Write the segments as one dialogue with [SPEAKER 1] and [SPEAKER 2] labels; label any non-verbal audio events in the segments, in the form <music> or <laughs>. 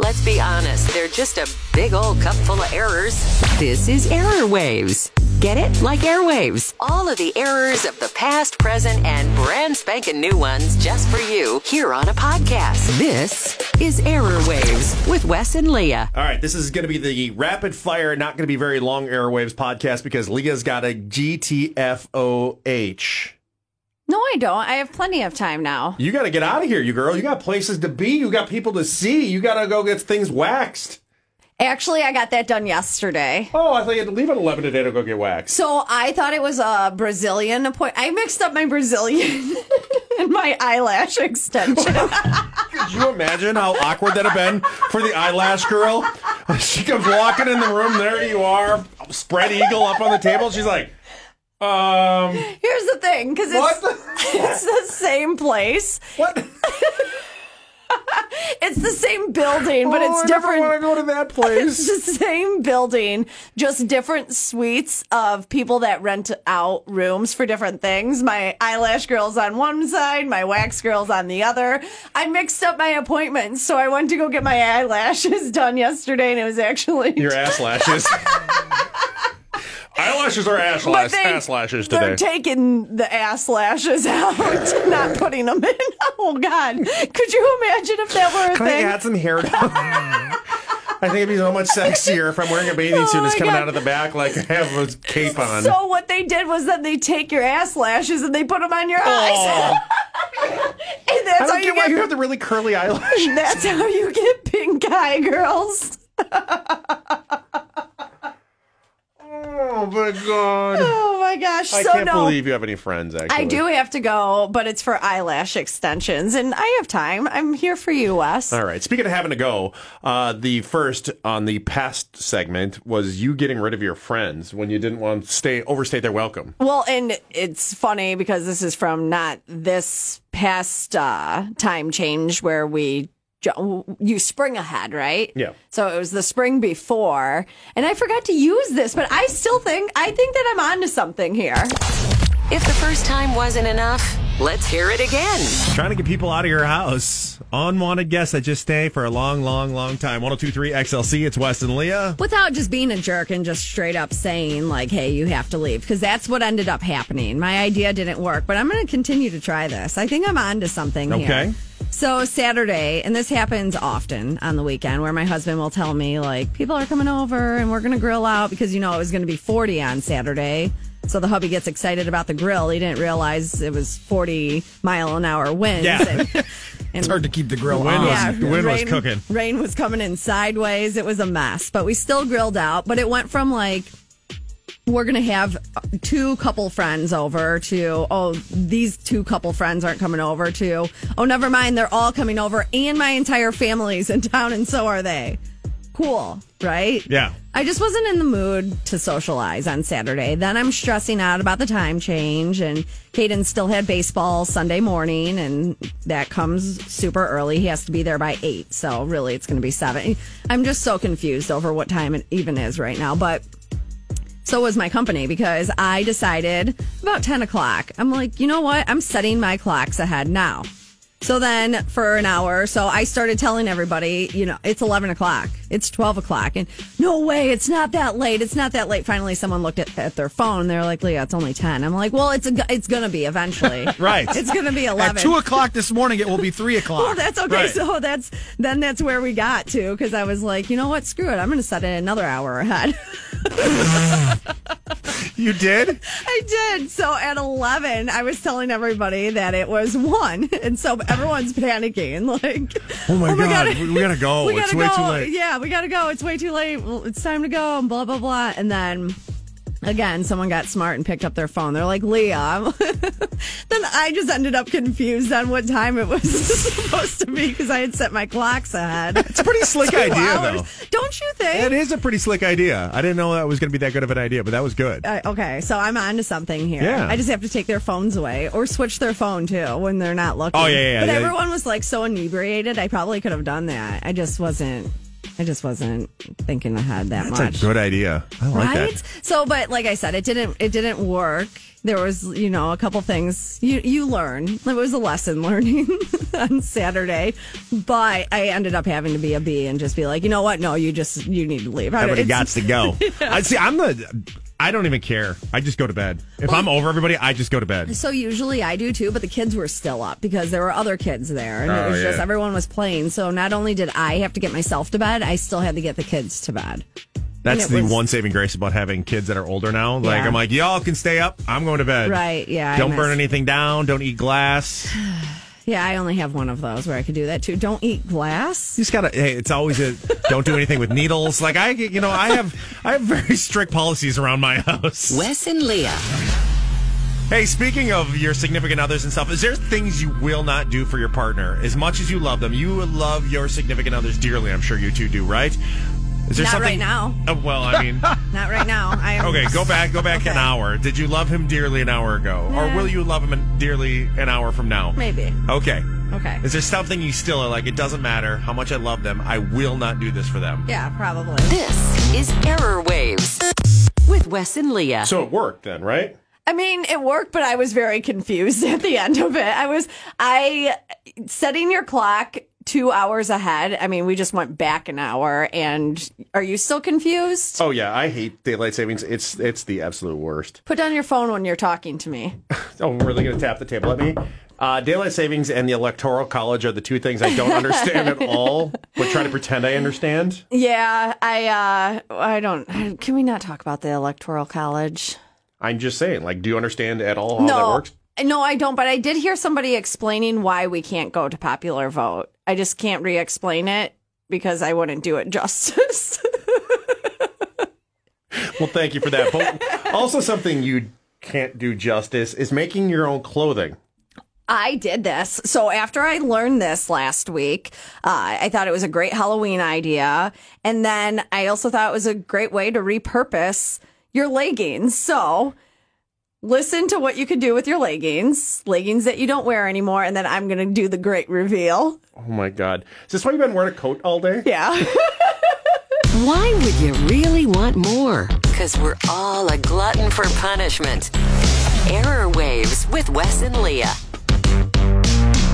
[SPEAKER 1] Let's be honest, they're just a big old cup full of errors. This is Error Waves. Get it? Like airwaves. All of the errors of the past, present, and brand spanking new ones just for you here on a podcast. This is Error Waves with Wes and Leah.
[SPEAKER 2] All right, this is going to be the rapid fire, not going to be very long airwaves podcast because Leah's got a GTFOH.
[SPEAKER 3] No, I don't. I have plenty of time now.
[SPEAKER 2] You got to get out of here, you girl. You got places to be. You got people to see. You got to go get things waxed.
[SPEAKER 3] Actually, I got that done yesterday.
[SPEAKER 2] Oh, I thought you had to leave at 11 today to go get waxed.
[SPEAKER 3] So I thought it was a Brazilian appointment. I mixed up my Brazilian <laughs> and my
[SPEAKER 2] <laughs>
[SPEAKER 3] eyelash extension.
[SPEAKER 2] Could you imagine how awkward that'd have been for the eyelash girl? <laughs> She comes walking in the room. There you are, spread eagle up on the table. She's like, um,
[SPEAKER 3] Here's the thing, because it's,
[SPEAKER 2] What the-
[SPEAKER 3] <laughs> it's the same place. <laughs>
[SPEAKER 2] what?
[SPEAKER 3] It's the same building, but
[SPEAKER 2] Oh,
[SPEAKER 3] it's
[SPEAKER 2] I want to
[SPEAKER 3] different.
[SPEAKER 2] go to that
[SPEAKER 3] It's
[SPEAKER 2] place.
[SPEAKER 3] <laughs> the same building, just different suites of people that rent out rooms for different things. My eyelash girl's on one side, my wax girl's on the other. I mixed up my appointments, so I went to go get my eyelashes <laughs> done yesterday, and it was actually <laughs>
[SPEAKER 2] Your <laughs> ass lashes. Eyelashes are ash, lash,
[SPEAKER 3] they-
[SPEAKER 2] ass lashes
[SPEAKER 3] They're
[SPEAKER 2] today.
[SPEAKER 3] taking the ass lashes out, <laughs> not putting them in. Oh God! Could you imagine if that were a
[SPEAKER 2] Can I
[SPEAKER 3] thing?
[SPEAKER 2] add some hair down? I think it'd be so much sexier if I'm wearing a bathing
[SPEAKER 3] Oh
[SPEAKER 2] suit and it's
[SPEAKER 3] my
[SPEAKER 2] coming
[SPEAKER 3] God.
[SPEAKER 2] out of the back like I have a cape on.
[SPEAKER 3] So what they did was then they take your ass lashes and they put them on your eyes,
[SPEAKER 2] Oh,
[SPEAKER 3] <laughs> and
[SPEAKER 2] I
[SPEAKER 3] that's how
[SPEAKER 2] don't
[SPEAKER 3] you
[SPEAKER 2] get why
[SPEAKER 3] get.
[SPEAKER 2] you have the really curly eyelashes.
[SPEAKER 3] <laughs> that's how you get pink eye, girls.
[SPEAKER 2] Oh my god.
[SPEAKER 3] Oh my gosh!
[SPEAKER 2] I
[SPEAKER 3] so
[SPEAKER 2] can't
[SPEAKER 3] no,
[SPEAKER 2] believe you have any friends actually.
[SPEAKER 3] I do have to go, but it's for eyelash extensions, and I have time. I'm here for you, Wes.
[SPEAKER 2] All right. Speaking of having to go, uh, the first on the past segment was you getting rid of your friends when you didn't want to stay overstay their welcome.
[SPEAKER 3] Well, and it's funny because this is from not this past uh, time change where we ju- you spring ahead, right?
[SPEAKER 2] Yeah.
[SPEAKER 3] So it was the spring before, and I forgot to use this, but I still think I think that I'm onto something here.
[SPEAKER 1] If the first time wasn't enough, let's hear it again.
[SPEAKER 4] Trying to get people out of your house. Unwanted guests that just stay for a long, long, long time. 1023 XLC, it's Wes and Leah.
[SPEAKER 5] without just being a jerk and just straight up saying like hey you have to leave because that's what ended up happening my idea didn't work but i'm going to continue to try this i think i'm on to something here.
[SPEAKER 4] Okay.
[SPEAKER 5] so saturday and this happens often on the weekend where my husband will tell me like people are coming over and we're going to grill out because you know it was going to be 40 on saturday so the hubby gets excited about the grill he didn't realize it was 40 mile an hour winds
[SPEAKER 4] Yeah. <laughs>
[SPEAKER 5] and, and
[SPEAKER 4] to keep the grill
[SPEAKER 5] on.
[SPEAKER 4] wind Was, the wind was cooking.
[SPEAKER 5] Rain was coming in sideways. It was a mess, but we still grilled out. But it went from like we're gonna have uh, two couple friends over to oh these two couple friends aren't coming over to oh never mind they're all coming over and my entire family's in town and so are they. Cool, right?
[SPEAKER 4] Yeah.
[SPEAKER 5] I just wasn't in the mood to socialize on Saturday. Then I'm stressing out about the time change, and Caden still had baseball Sunday morning, and that comes super early. He has to be there by eight, so really it's going to be seven. I'm just so confused over what time it even is right now, but so was my company because I decided about 10 o'clock. I'm like, you know what? I'm setting my clocks ahead now. So then for an hour, or so I started telling everybody, you know, it's 11 o'clock, it's 12 o'clock, and no way, it's not that late, it's not that late. Finally, someone looked at, at their phone and they're like, Leah, it's only 10. I'm like, well, it's a, it's gonna be eventually.
[SPEAKER 4] Right.
[SPEAKER 5] It's gonna be 11.
[SPEAKER 6] At
[SPEAKER 5] <laughs>
[SPEAKER 6] two o'clock this morning, it will be three o'clock.
[SPEAKER 5] Well, that's okay.
[SPEAKER 4] Right.
[SPEAKER 5] So that's then that's where we got to because I was like, you know what? Screw it. I'm going to set it another hour ahead.
[SPEAKER 4] You did?
[SPEAKER 5] I did. So at 11, I was telling everybody that it was
[SPEAKER 3] <laughs>
[SPEAKER 5] 1. And so everyone's panicking. Like,
[SPEAKER 4] Oh my God, we- we gotta go.
[SPEAKER 5] We
[SPEAKER 4] Oh, It's
[SPEAKER 5] gotta
[SPEAKER 4] way too
[SPEAKER 5] go.
[SPEAKER 4] late."
[SPEAKER 5] Yeah, we got to go. It's way too late. Well, It's time to go. And blah, blah, blah. And then
[SPEAKER 3] Again, someone got smart and picked up their phone. They're like, Leah. <laughs> then I just ended up confused on what time it was <laughs> supposed to be because I had set my clocks ahead.
[SPEAKER 4] <laughs> It's a pretty slick
[SPEAKER 3] Two
[SPEAKER 4] idea,
[SPEAKER 3] hours.
[SPEAKER 4] though.
[SPEAKER 3] Don't you think?
[SPEAKER 4] That is a pretty slick idea. I didn't know that was going to be that good of an idea, but that was good.
[SPEAKER 3] Uh, okay, so I'm on to something here.
[SPEAKER 4] Yeah.
[SPEAKER 3] I just have to take their phones away or switch their phone too when they're not looking.
[SPEAKER 4] Oh, yeah, yeah,
[SPEAKER 3] But
[SPEAKER 4] yeah.
[SPEAKER 3] everyone was like so inebriated. I probably could have done that. I just wasn't. I just wasn't thinking ahead that
[SPEAKER 4] That's
[SPEAKER 3] much.
[SPEAKER 4] a good idea. I like
[SPEAKER 3] right?
[SPEAKER 4] that.
[SPEAKER 3] So, but like I said, it didn't. It didn't work. There was, you know, a couple things you you learn. It was a lesson <laughs> learning on Saturday, but I ended up having to be a B and just be like, you know what? No, you just you need to leave. I don't-
[SPEAKER 4] Everybody
[SPEAKER 3] it's-
[SPEAKER 4] got to go. I see. I'm the. I don't even care. I just go to bed. If I'm over everybody, I just go to bed.
[SPEAKER 3] So usually I do too, but the kids were still up because there were other kids there, and
[SPEAKER 4] Oh,
[SPEAKER 3] it was just
[SPEAKER 4] yeah.
[SPEAKER 3] everyone was playing. So not only did I have to get myself to bed, I still had to get the kids to bed.
[SPEAKER 4] That's
[SPEAKER 3] and it
[SPEAKER 4] the
[SPEAKER 3] was-
[SPEAKER 4] one saving grace about having kids that are older now. Like
[SPEAKER 3] Yeah.
[SPEAKER 4] I'm like, y'all can stay up. I'm going to bed.
[SPEAKER 3] Right, yeah, I
[SPEAKER 4] Don't burn
[SPEAKER 3] missed-
[SPEAKER 4] anything down. Don't eat glass.
[SPEAKER 3] Yeah, I only have one of those where I could do that too. Don't eat glass.
[SPEAKER 4] You just gotta. Hey, it's always a. Don't do anything with needles. Like I, you know, I have I have very strict policies around my house.
[SPEAKER 1] Wes and Leah.
[SPEAKER 4] Hey, speaking of your significant others and stuff, is there things you will not do for your partner? As much as you love them, you love your significant others dearly. I'm sure you two do, right? Is there
[SPEAKER 3] Not
[SPEAKER 4] something
[SPEAKER 3] right now.
[SPEAKER 4] Uh, well, I <laughs> mean,
[SPEAKER 3] Not right now. I am
[SPEAKER 4] okay, go back, go back an
[SPEAKER 3] Okay.
[SPEAKER 4] hour. Did you love him dearly an hour ago, or will you love him an- dearly an hour from now?
[SPEAKER 3] Maybe.
[SPEAKER 4] Okay.
[SPEAKER 3] Okay.
[SPEAKER 4] Is there something you still are like? It doesn't matter how much I love them. I will not do this for them.
[SPEAKER 3] Yeah, probably.
[SPEAKER 1] This is Error Waves with Wes and Leah.
[SPEAKER 2] So it worked then, right?
[SPEAKER 7] I mean, it worked, but I was very confused <laughs> at the end of it. I was, I, setting your clock two hours ahead. I mean, we just went back an hour. And are you still confused?
[SPEAKER 2] Oh yeah, I hate daylight savings. It's it's the absolute worst.
[SPEAKER 7] Put down your phone when you're talking to
[SPEAKER 2] <laughs>
[SPEAKER 7] me.
[SPEAKER 2] Oh, we're really gonna tap the table at me. Uh, daylight savings and the electoral college are the two things I don't understand
[SPEAKER 3] <laughs>
[SPEAKER 2] at all, but try to pretend I understand.
[SPEAKER 7] Yeah, I, uh, I don't, can we not talk about the Electoral College?
[SPEAKER 2] I'm just saying, like, do you understand at all how
[SPEAKER 7] no,
[SPEAKER 2] Oh, that works?
[SPEAKER 7] No, I don't. But I did hear somebody explaining why we can't go to popular vote. I just can't re-explain it because I wouldn't do it <laughs> justice.
[SPEAKER 2] Well, thank you for that. But also, something you can't do justice is making your own clothing.
[SPEAKER 7] I did this. So after I learned this last week, uh, I thought it was a great Halloween idea, and then I also thought it was a great way to repurpose your leggings. So. Listen to what you could do with your leggings, leggings that you don't wear anymore, and then I'm going to do the great reveal.
[SPEAKER 2] Oh my God. Is this why you've been wearing a coat all day?
[SPEAKER 7] Yeah. <laughs>
[SPEAKER 1] Why would you really want more? Because we're all a glutton for punishment. Error Waves with Wes and Leah.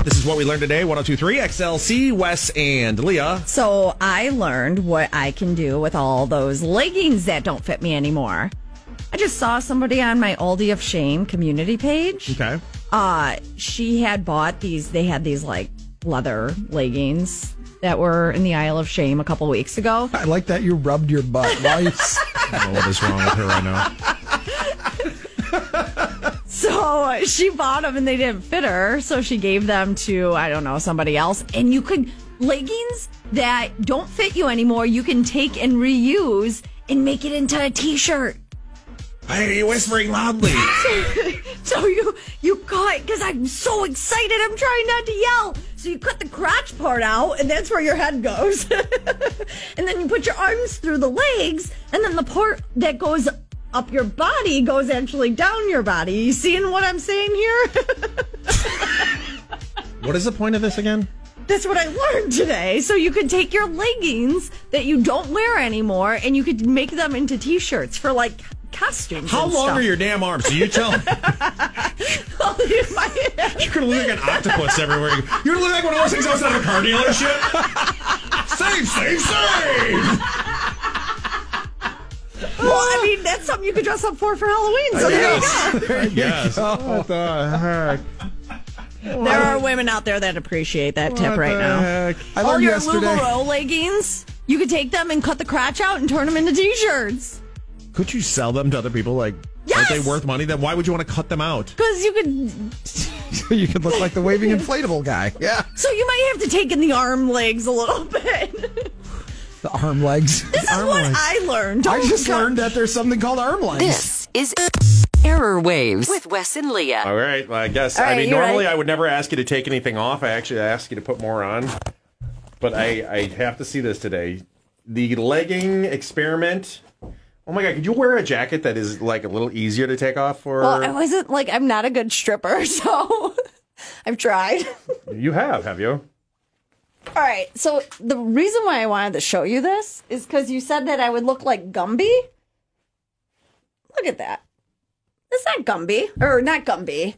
[SPEAKER 4] This is what we learned today. 1023 XLC, Wes and Leah.
[SPEAKER 3] So I learned what I can do with all those leggings that don't fit me anymore. I just saw somebody on my Oldie of Shame community page.
[SPEAKER 4] Okay.
[SPEAKER 3] uh she had bought these they had these like leather leggings that were in the Isle of Shame a couple weeks ago.
[SPEAKER 8] I like that you rubbed your butt. Why you s-
[SPEAKER 4] <laughs> I don't know what is wrong with her right now.
[SPEAKER 3] So she bought them and they didn't fit her. So she gave them to, I don't know, somebody else. And you could, leggings that don't fit you anymore, you can take and reuse and make it into a t shirt.
[SPEAKER 4] I hear you whispering loudly.
[SPEAKER 3] <laughs> So you you cut because I'm so excited. I'm trying not to yell. So you cut the crotch part out, and that's where your head goes. <laughs> and then you put your arms through the legs, and then the part that goes up your body goes actually down your body. You seeing what I'm saying here? <laughs>
[SPEAKER 4] What is the point of this again?
[SPEAKER 3] that's what I learned today. So you could take your leggings that you don't wear anymore, and you could make them into t-shirts for like costumes.
[SPEAKER 4] How
[SPEAKER 3] and
[SPEAKER 4] long
[SPEAKER 3] stuff. <laughs>
[SPEAKER 4] are your damn arms? Do you tell me? <laughs> You're going to look like an octopus everywhere. you go. You're looking like one of those things outside of a car dealership.
[SPEAKER 8] <laughs>
[SPEAKER 4] save, save, save!
[SPEAKER 3] Well, I mean, that's something you could dress up for for Halloween. So there you go.
[SPEAKER 4] Yes.
[SPEAKER 8] What the heck?
[SPEAKER 3] There are women out there that appreciate that tip right now.
[SPEAKER 8] I
[SPEAKER 3] All
[SPEAKER 8] learned
[SPEAKER 3] your
[SPEAKER 8] yesterday.
[SPEAKER 3] LuLaRoe leggings, you could take them and cut the crotch out and turn them into t-shirts.
[SPEAKER 4] Could you sell them to other people? Like,
[SPEAKER 3] Yes!
[SPEAKER 4] aren't they worth money? Then why would you want to cut them out?
[SPEAKER 3] Because you
[SPEAKER 8] <laughs>
[SPEAKER 3] could,
[SPEAKER 8] you could look like the waving
[SPEAKER 4] <laughs>
[SPEAKER 8] inflatable guy. Yeah.
[SPEAKER 3] so you might have to take in the arm legs a little <laughs> bit.
[SPEAKER 8] The arm legs.
[SPEAKER 3] This is what I learned.
[SPEAKER 8] I
[SPEAKER 3] Don't
[SPEAKER 8] just
[SPEAKER 3] go-
[SPEAKER 8] learned that there's something called arm legs.
[SPEAKER 1] This is Error Waves with Wes and Leah.
[SPEAKER 2] All right. Well, I guess.
[SPEAKER 3] All
[SPEAKER 2] I
[SPEAKER 3] right,
[SPEAKER 2] mean,
[SPEAKER 3] you're
[SPEAKER 2] normally
[SPEAKER 3] right.
[SPEAKER 2] I would never ask you to take anything off. I actually ask you to put more on. But I, I have to see this today. The legging experiment. Oh my God. Could you wear a jacket that is like a little easier to take off? Or
[SPEAKER 3] Well, I wasn't like I'm not a good stripper, <laughs> so I've tried.
[SPEAKER 2] you have, have you?
[SPEAKER 3] All right. So the reason why I wanted to show you this is because you said that I would look like Gumby. Look at that. It's not Gumby, or not Gumby,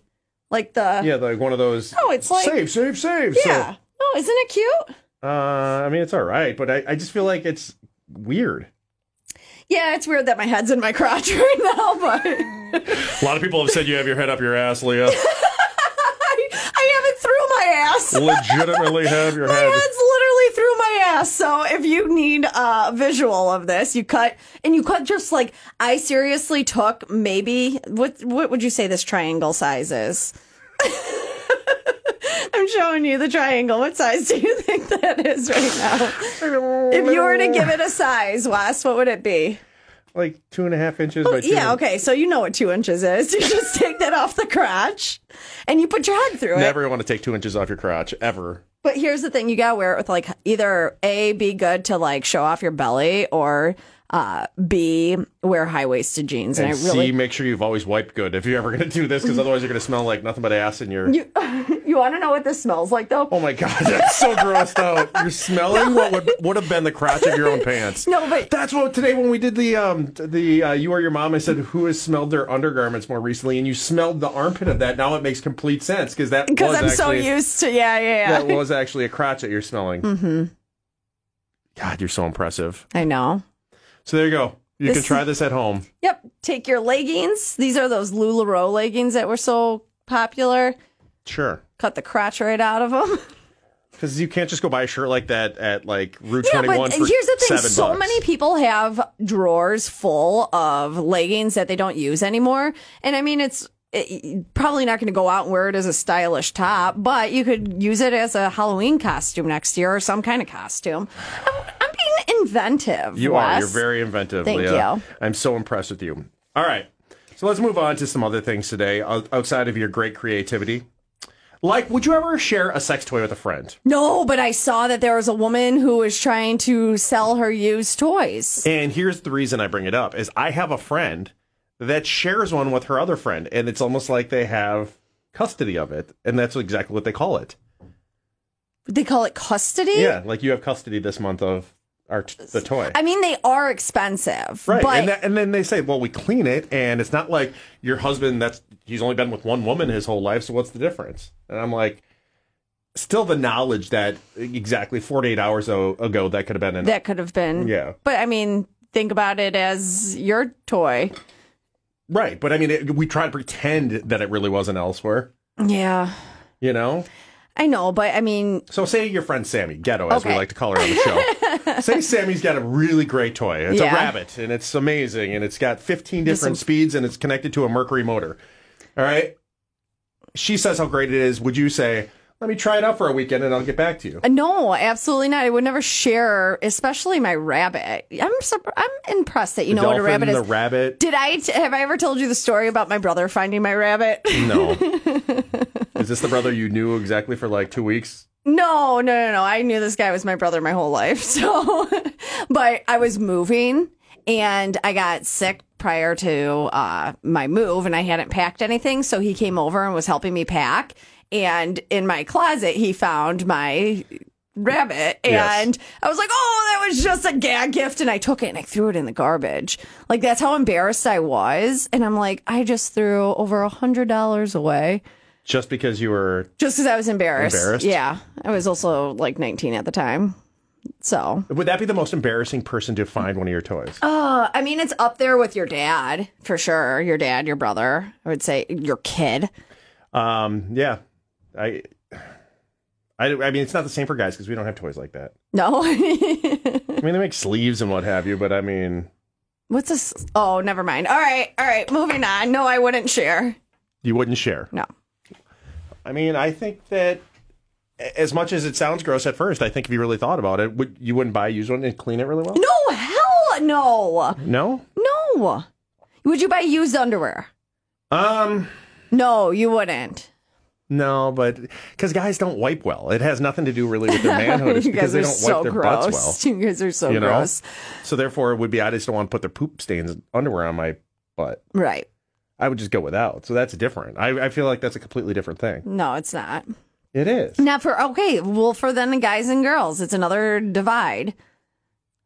[SPEAKER 3] like the
[SPEAKER 2] Yeah, like one of those.
[SPEAKER 3] No, it's like-
[SPEAKER 2] Save, save, save. So,
[SPEAKER 3] yeah. Oh, isn't it cute?
[SPEAKER 2] uh, I mean, it's all right, but I, I just feel like it's weird.
[SPEAKER 3] Yeah, it's weird that my head's in my crotch <laughs> right now, but
[SPEAKER 2] A lot of people have said you have your head up your ass, Leah.
[SPEAKER 3] I, I have it through my ass.
[SPEAKER 2] Legitimately have your
[SPEAKER 3] My head's literally through my ass. So if you need a visual of this, you cut and you cut just like I seriously took maybe what what would you say this triangle size is? <laughs> I'm showing you the triangle. What size do you think that is right now? If you were to give it a size, Wes, what would it be?
[SPEAKER 2] like two and a half inches by two.
[SPEAKER 3] Yeah, okay. So you know what two inches is. <laughs> You just take that off the crotch and you put your head through it.
[SPEAKER 2] Never want to take two inches off your crotch ever.
[SPEAKER 3] But here's the thing: you gotta wear it with like either a be good to like show off your belly, or uh, b wear high waisted jeans. And,
[SPEAKER 2] And
[SPEAKER 3] I really
[SPEAKER 2] C, make sure you've always wiped good if you're ever going to do this,
[SPEAKER 3] <laughs>
[SPEAKER 2] because otherwise you're going to smell like nothing but ass in your.
[SPEAKER 3] you <laughs> you want to know what this smells like though?
[SPEAKER 2] oh my god, that's so grossed out. You're smelling what would would have been the crotch of your own pants.
[SPEAKER 3] No, but-
[SPEAKER 2] that's what today when we did the um the uh, you are your mom. I said who has smelled their undergarments more recently, and you smelled the armpit of that. Now it makes complete sense because that
[SPEAKER 3] <laughs> Because
[SPEAKER 2] was
[SPEAKER 3] I'm so
[SPEAKER 2] actually-
[SPEAKER 3] used to yeah yeah yeah.
[SPEAKER 2] That was actually a crotch that you're smelling. Mm-hmm. God, you're so impressive.
[SPEAKER 3] <laughs> I know.
[SPEAKER 2] So there you go. You
[SPEAKER 3] This-
[SPEAKER 2] can try this at home.
[SPEAKER 3] Yep. Take your leggings. These are those Lularoe leggings that were so popular.
[SPEAKER 2] Sure.
[SPEAKER 3] Cut the crotch right out of <laughs> them.
[SPEAKER 2] Because you can't just go buy a shirt like that at like Route
[SPEAKER 3] Yeah,
[SPEAKER 2] 21
[SPEAKER 3] but
[SPEAKER 2] for
[SPEAKER 3] here's the thing:
[SPEAKER 2] seven
[SPEAKER 3] so
[SPEAKER 2] bucks.
[SPEAKER 3] many people have drawers full of leggings that they don't use anymore, and I mean, it's it, probably not going to go out and wear it as a stylish top, but you could use it as a Halloween costume next year or some kind of costume. I'm, I'm being inventive.
[SPEAKER 2] You are.
[SPEAKER 3] Wes.
[SPEAKER 2] You're very inventive,
[SPEAKER 3] Thank
[SPEAKER 2] Leah.
[SPEAKER 3] you.
[SPEAKER 2] I'm so impressed with you. All right. So let's move on to some other things today out- outside of your great creativity. Like, would you ever share a sex toy with a friend?
[SPEAKER 3] no, but I saw that there was a woman who was trying to sell her used toys.
[SPEAKER 2] And here's the reason I bring it up is I have a friend that shares one with her other friend, and it's almost like they have custody of it, and that's exactly what they call it.
[SPEAKER 3] They call it custody.
[SPEAKER 2] Yeah, like you have custody this month of our t- the toy.
[SPEAKER 3] I mean, they are expensive,
[SPEAKER 2] Right,
[SPEAKER 3] But
[SPEAKER 2] and, that, and then they say, "Well, we clean it, and it's not like your husband. That's he's only been with one woman his whole life, so what's the difference?" And I'm like, still the knowledge that exactly 48 hours o- ago that could have been an
[SPEAKER 3] that could have been.
[SPEAKER 2] Yeah.
[SPEAKER 3] But I mean, think about it as your toy.
[SPEAKER 2] right, but I mean, it, we try to pretend that it really wasn't elsewhere,
[SPEAKER 3] Yeah.
[SPEAKER 2] you know.
[SPEAKER 3] I know, but I mean,
[SPEAKER 2] So say your friend Sammy Ghetto, as we
[SPEAKER 3] Okay.
[SPEAKER 2] like to call her on the
[SPEAKER 3] <laughs>
[SPEAKER 2] show. say Sammy's got a really great toy. It's a
[SPEAKER 3] Yeah.
[SPEAKER 2] rabbit, and it's amazing, and it's got 15 different speeds, and it's connected to a Mercury motor. All right. She says how great it is. Would you say, "Let me try it out for a weekend, and I'll get back to you"?
[SPEAKER 3] no, absolutely not. I would never share, especially my rabbit. I'm surp- I'm impressed that you know what a
[SPEAKER 2] Dolphin,
[SPEAKER 3] rabbit
[SPEAKER 2] the
[SPEAKER 3] is. <laughs>
[SPEAKER 2] rabbit.
[SPEAKER 3] Did I t- have I ever told you the story about my brother finding my rabbit?
[SPEAKER 2] No. is this the brother you knew exactly for like two weeks?
[SPEAKER 3] No, no, no, no. I knew this guy was my brother my whole life. <laughs> So, but I was moving and I got sick prior to uh, my move and I hadn't packed anything. So he came over and was helping me pack. And in my closet, he found my rabbit.
[SPEAKER 2] Yes.
[SPEAKER 3] And I was like, oh, that was just a gag gift. And I took it and I threw it in the garbage. Like, that's how embarrassed I was. And I'm like, I just threw over a $100 away
[SPEAKER 2] Just because you were?
[SPEAKER 3] just because I was embarrassed.
[SPEAKER 2] Embarrassed?
[SPEAKER 3] Yeah, I was also like 19 at the time. So,
[SPEAKER 2] Would that be the most embarrassing person to find one of your toys?
[SPEAKER 3] uh, I mean, it's up there with your dad for sure. Your dad, your brother, I would say your kid.
[SPEAKER 2] Um, yeah, I, I, I mean, it's not the same for guys because we don't have toys like that.
[SPEAKER 3] No, <laughs>
[SPEAKER 2] I mean, they make sleeves and what have you, but I mean,
[SPEAKER 3] what's this? Oh, never mind. All right, all right, moving on. No, I wouldn't share.
[SPEAKER 2] you wouldn't share.
[SPEAKER 3] No,
[SPEAKER 2] I mean, I think that a- as much as it sounds gross at first, I think if you really thought about it, would you wouldn't buy a used one and clean it really well?
[SPEAKER 3] no, hell no,
[SPEAKER 2] No,
[SPEAKER 3] no. Would you buy used underwear?
[SPEAKER 2] Um,
[SPEAKER 3] No, you wouldn't.
[SPEAKER 2] no, but because guys don't wipe well, it has nothing to do really with their manhood. It's
[SPEAKER 3] <laughs> you
[SPEAKER 2] because
[SPEAKER 3] guys
[SPEAKER 2] they
[SPEAKER 3] are
[SPEAKER 2] don't
[SPEAKER 3] so
[SPEAKER 2] wipe their
[SPEAKER 3] gross.
[SPEAKER 2] butts well.
[SPEAKER 3] <laughs> You guys are so
[SPEAKER 2] you know,
[SPEAKER 3] gross.
[SPEAKER 2] so therefore, it would be I just don't want to put their poop stains underwear on my butt.
[SPEAKER 3] Right.
[SPEAKER 2] I would just go without. So that's different. I, I feel like that's a completely different thing.
[SPEAKER 3] No, it's not.
[SPEAKER 2] It is.
[SPEAKER 3] Not for okay. Well, for then the guys and girls, it's another divide.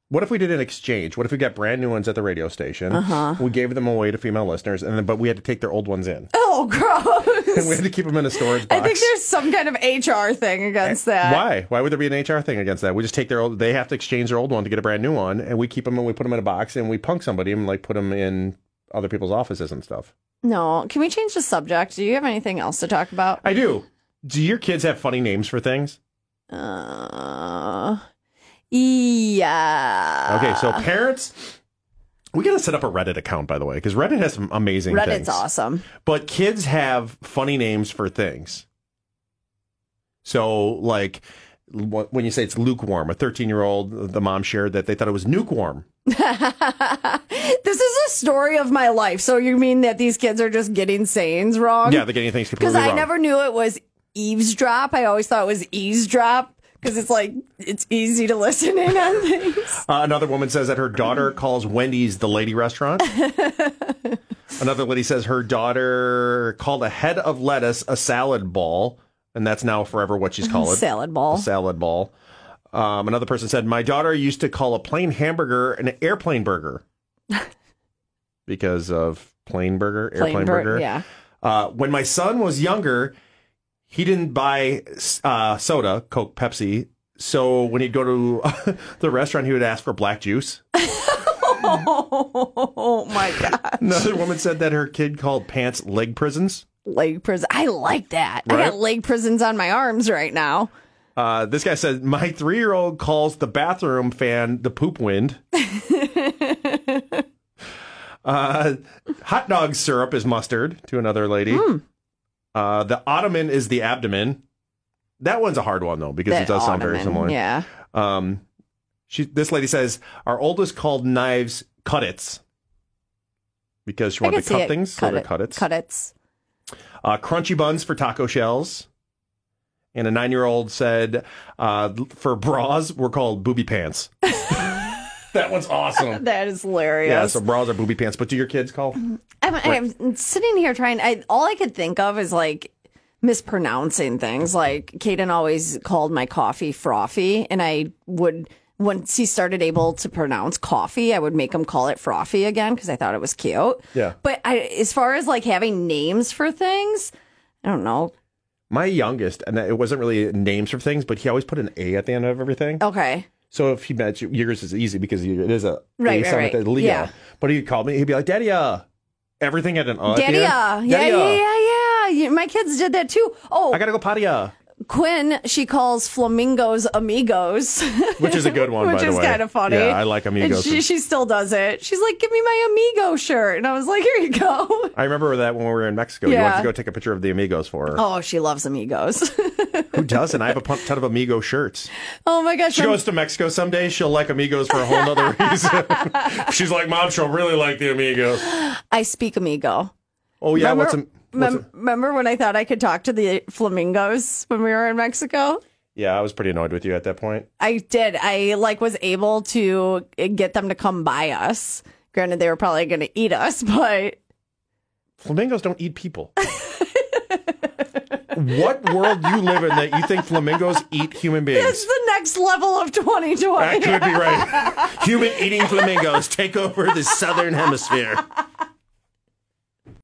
[SPEAKER 2] What if we did an exchange? What if we got brand new ones at the radio station? Uh-huh. We gave them away to female listeners, and then but we had to take their old ones in,
[SPEAKER 3] Oh, gross.
[SPEAKER 2] and we had to keep them in a storage
[SPEAKER 3] <laughs> I
[SPEAKER 2] box.
[SPEAKER 3] think there's some kind of HR thing against that.
[SPEAKER 2] Why? Why would there be an HR thing against that? We just take their old. They have to exchange their old one to get a brand new one, and we keep them and we put them in a box and we punk somebody and like put them in other people's offices and stuff.
[SPEAKER 3] No. Can we change the subject? Do you have anything else to talk about?
[SPEAKER 2] I do. Do your kids have funny names for things?
[SPEAKER 3] Uh, yeah.
[SPEAKER 2] Okay, so parents, we gotta set up a Reddit account by the way, because Reddit has some amazing
[SPEAKER 3] Reddit's
[SPEAKER 2] things.
[SPEAKER 3] awesome. <laughs>
[SPEAKER 2] But kids have funny names for things. So, like, wh- when you say it's lukewarm, a 13 year old, the mom shared that they thought it was nukewarm.
[SPEAKER 3] this is a story of my life. So you mean that these kids are just getting sayings wrong?
[SPEAKER 2] yeah, they're getting things
[SPEAKER 3] Because
[SPEAKER 2] completely
[SPEAKER 3] Um, I
[SPEAKER 2] wrong.
[SPEAKER 3] never knew it was eavesdrop. I always thought it was eavesdrop because it's like it's easy to listen
[SPEAKER 2] <laughs>
[SPEAKER 3] in on things.
[SPEAKER 2] Uh, another woman says that her daughter calls Wendy's the lady
[SPEAKER 3] <laughs>
[SPEAKER 2] restaurant. another lady says her daughter called a head of lettuce a salad ball, and that's now forever what she's
[SPEAKER 3] <laughs>
[SPEAKER 2] called.
[SPEAKER 3] Salad ball.
[SPEAKER 2] salad ball. Um, another person said, My daughter used to call a plain hamburger an airplane
[SPEAKER 3] <laughs>
[SPEAKER 2] burger because of plain burger, airplane
[SPEAKER 3] Plain bur-
[SPEAKER 2] burger.
[SPEAKER 3] Yeah.
[SPEAKER 2] Uh, when my son was younger, he didn't buy uh, soda, Coke, Pepsi. So when he'd go to <laughs> the restaurant, he would ask for black juice. <laughs>
[SPEAKER 3] Oh my god.
[SPEAKER 2] Another woman said that her kid called pants leg prisons.
[SPEAKER 3] Leg prison. I like that. I
[SPEAKER 2] Right?
[SPEAKER 3] got leg prisons on my arms right now.
[SPEAKER 2] Uh, this guy said, My three year old calls the bathroom fan the poop wind. uh, hot dog syrup is mustard to another lady. Uh, the ottoman is the abdomen. That one's a hard one, though, because
[SPEAKER 3] That
[SPEAKER 2] it does sound very
[SPEAKER 3] ottoman.
[SPEAKER 2] similar.
[SPEAKER 3] Yeah.
[SPEAKER 2] Um, she, this lady says, Our oldest called knives cuttits because she
[SPEAKER 3] I
[SPEAKER 2] wanted
[SPEAKER 3] can
[SPEAKER 2] to
[SPEAKER 3] see
[SPEAKER 2] cut
[SPEAKER 3] it.
[SPEAKER 2] things. so
[SPEAKER 3] Cut
[SPEAKER 2] they're
[SPEAKER 3] it.
[SPEAKER 2] cuttits.
[SPEAKER 3] Cut it.
[SPEAKER 2] Uh, crunchy buns for taco shells. And a nine year old said, uh, for bras, we're called booby pants. <laughs> that one's awesome.
[SPEAKER 3] That is hilarious.
[SPEAKER 2] Yeah, so bras are booby pants, but do your kids
[SPEAKER 3] <laughs>
[SPEAKER 2] call?
[SPEAKER 3] I'm, I'm sitting here trying. I all I could think of is like mispronouncing things. Like Kaden always called my coffee frothy, and I would once he started able to pronounce coffee, I would make him call it frothy again because I thought it was cute.
[SPEAKER 2] Yeah.
[SPEAKER 3] But I, as far as like having names for things, I don't know.
[SPEAKER 2] My youngest, and it wasn't really names for things, but he always put an A at the end of everything.
[SPEAKER 3] Okay.
[SPEAKER 2] So if he met you, yours is easy because you- it is a
[SPEAKER 3] Right,
[SPEAKER 2] A
[SPEAKER 3] right,
[SPEAKER 2] sound with
[SPEAKER 3] right.
[SPEAKER 2] a Leo.
[SPEAKER 3] Yeah.
[SPEAKER 2] But he'd call me, he'd be like, Daddy, uh, everything had an uh. at the
[SPEAKER 3] Daddy, yeah,
[SPEAKER 2] end.
[SPEAKER 3] yeah, yeah,
[SPEAKER 2] Daddy, uh,
[SPEAKER 3] yeah, yeah. My kids did that too. Oh,
[SPEAKER 2] I gotta go potty, uh,
[SPEAKER 3] Quinn, she calls flamingos amigos, <laughs>
[SPEAKER 2] which is a good one,
[SPEAKER 3] which
[SPEAKER 2] by the
[SPEAKER 3] is
[SPEAKER 2] way.
[SPEAKER 3] kind of funny.
[SPEAKER 2] Yeah, I like
[SPEAKER 3] And
[SPEAKER 2] amigos.
[SPEAKER 3] she, she still does it. She's like, "Give me my amigo shirt," and I was like, "Here you go."
[SPEAKER 2] <laughs> I remember that when we were in Mexico. You wanted
[SPEAKER 3] Yeah.
[SPEAKER 2] to go take a picture of the amigos for her.
[SPEAKER 3] Oh, she loves amigos. <laughs>
[SPEAKER 2] Who doesn't? I have a pun- ton of Amigo <laughs> shirts.
[SPEAKER 3] oh my gosh,
[SPEAKER 2] She
[SPEAKER 3] I'm-
[SPEAKER 2] goes to Mexico someday. She'll like Amigos for a whole other
[SPEAKER 3] <laughs>
[SPEAKER 2] reason. <laughs> She's like, Mom, she'll really like the Amigos.
[SPEAKER 3] I speak amigo.
[SPEAKER 2] Oh yeah, what's, a, what's a-
[SPEAKER 3] mem- remember when I thought I could talk to the flamingos when we were in Mexico?
[SPEAKER 2] yeah? I was pretty annoyed with you at that point.
[SPEAKER 3] I did. I like was able to get them to come by us. Granted, they were probably going to eat us, <laughs> but
[SPEAKER 2] Flamingos don't eat
[SPEAKER 3] <laughs>
[SPEAKER 2] people. what world you live in that you think flamingos eat human
[SPEAKER 3] it's
[SPEAKER 2] beings?
[SPEAKER 3] the next level of 2020.
[SPEAKER 2] That could be right. Human eating flamingos take over the southern hemisphere.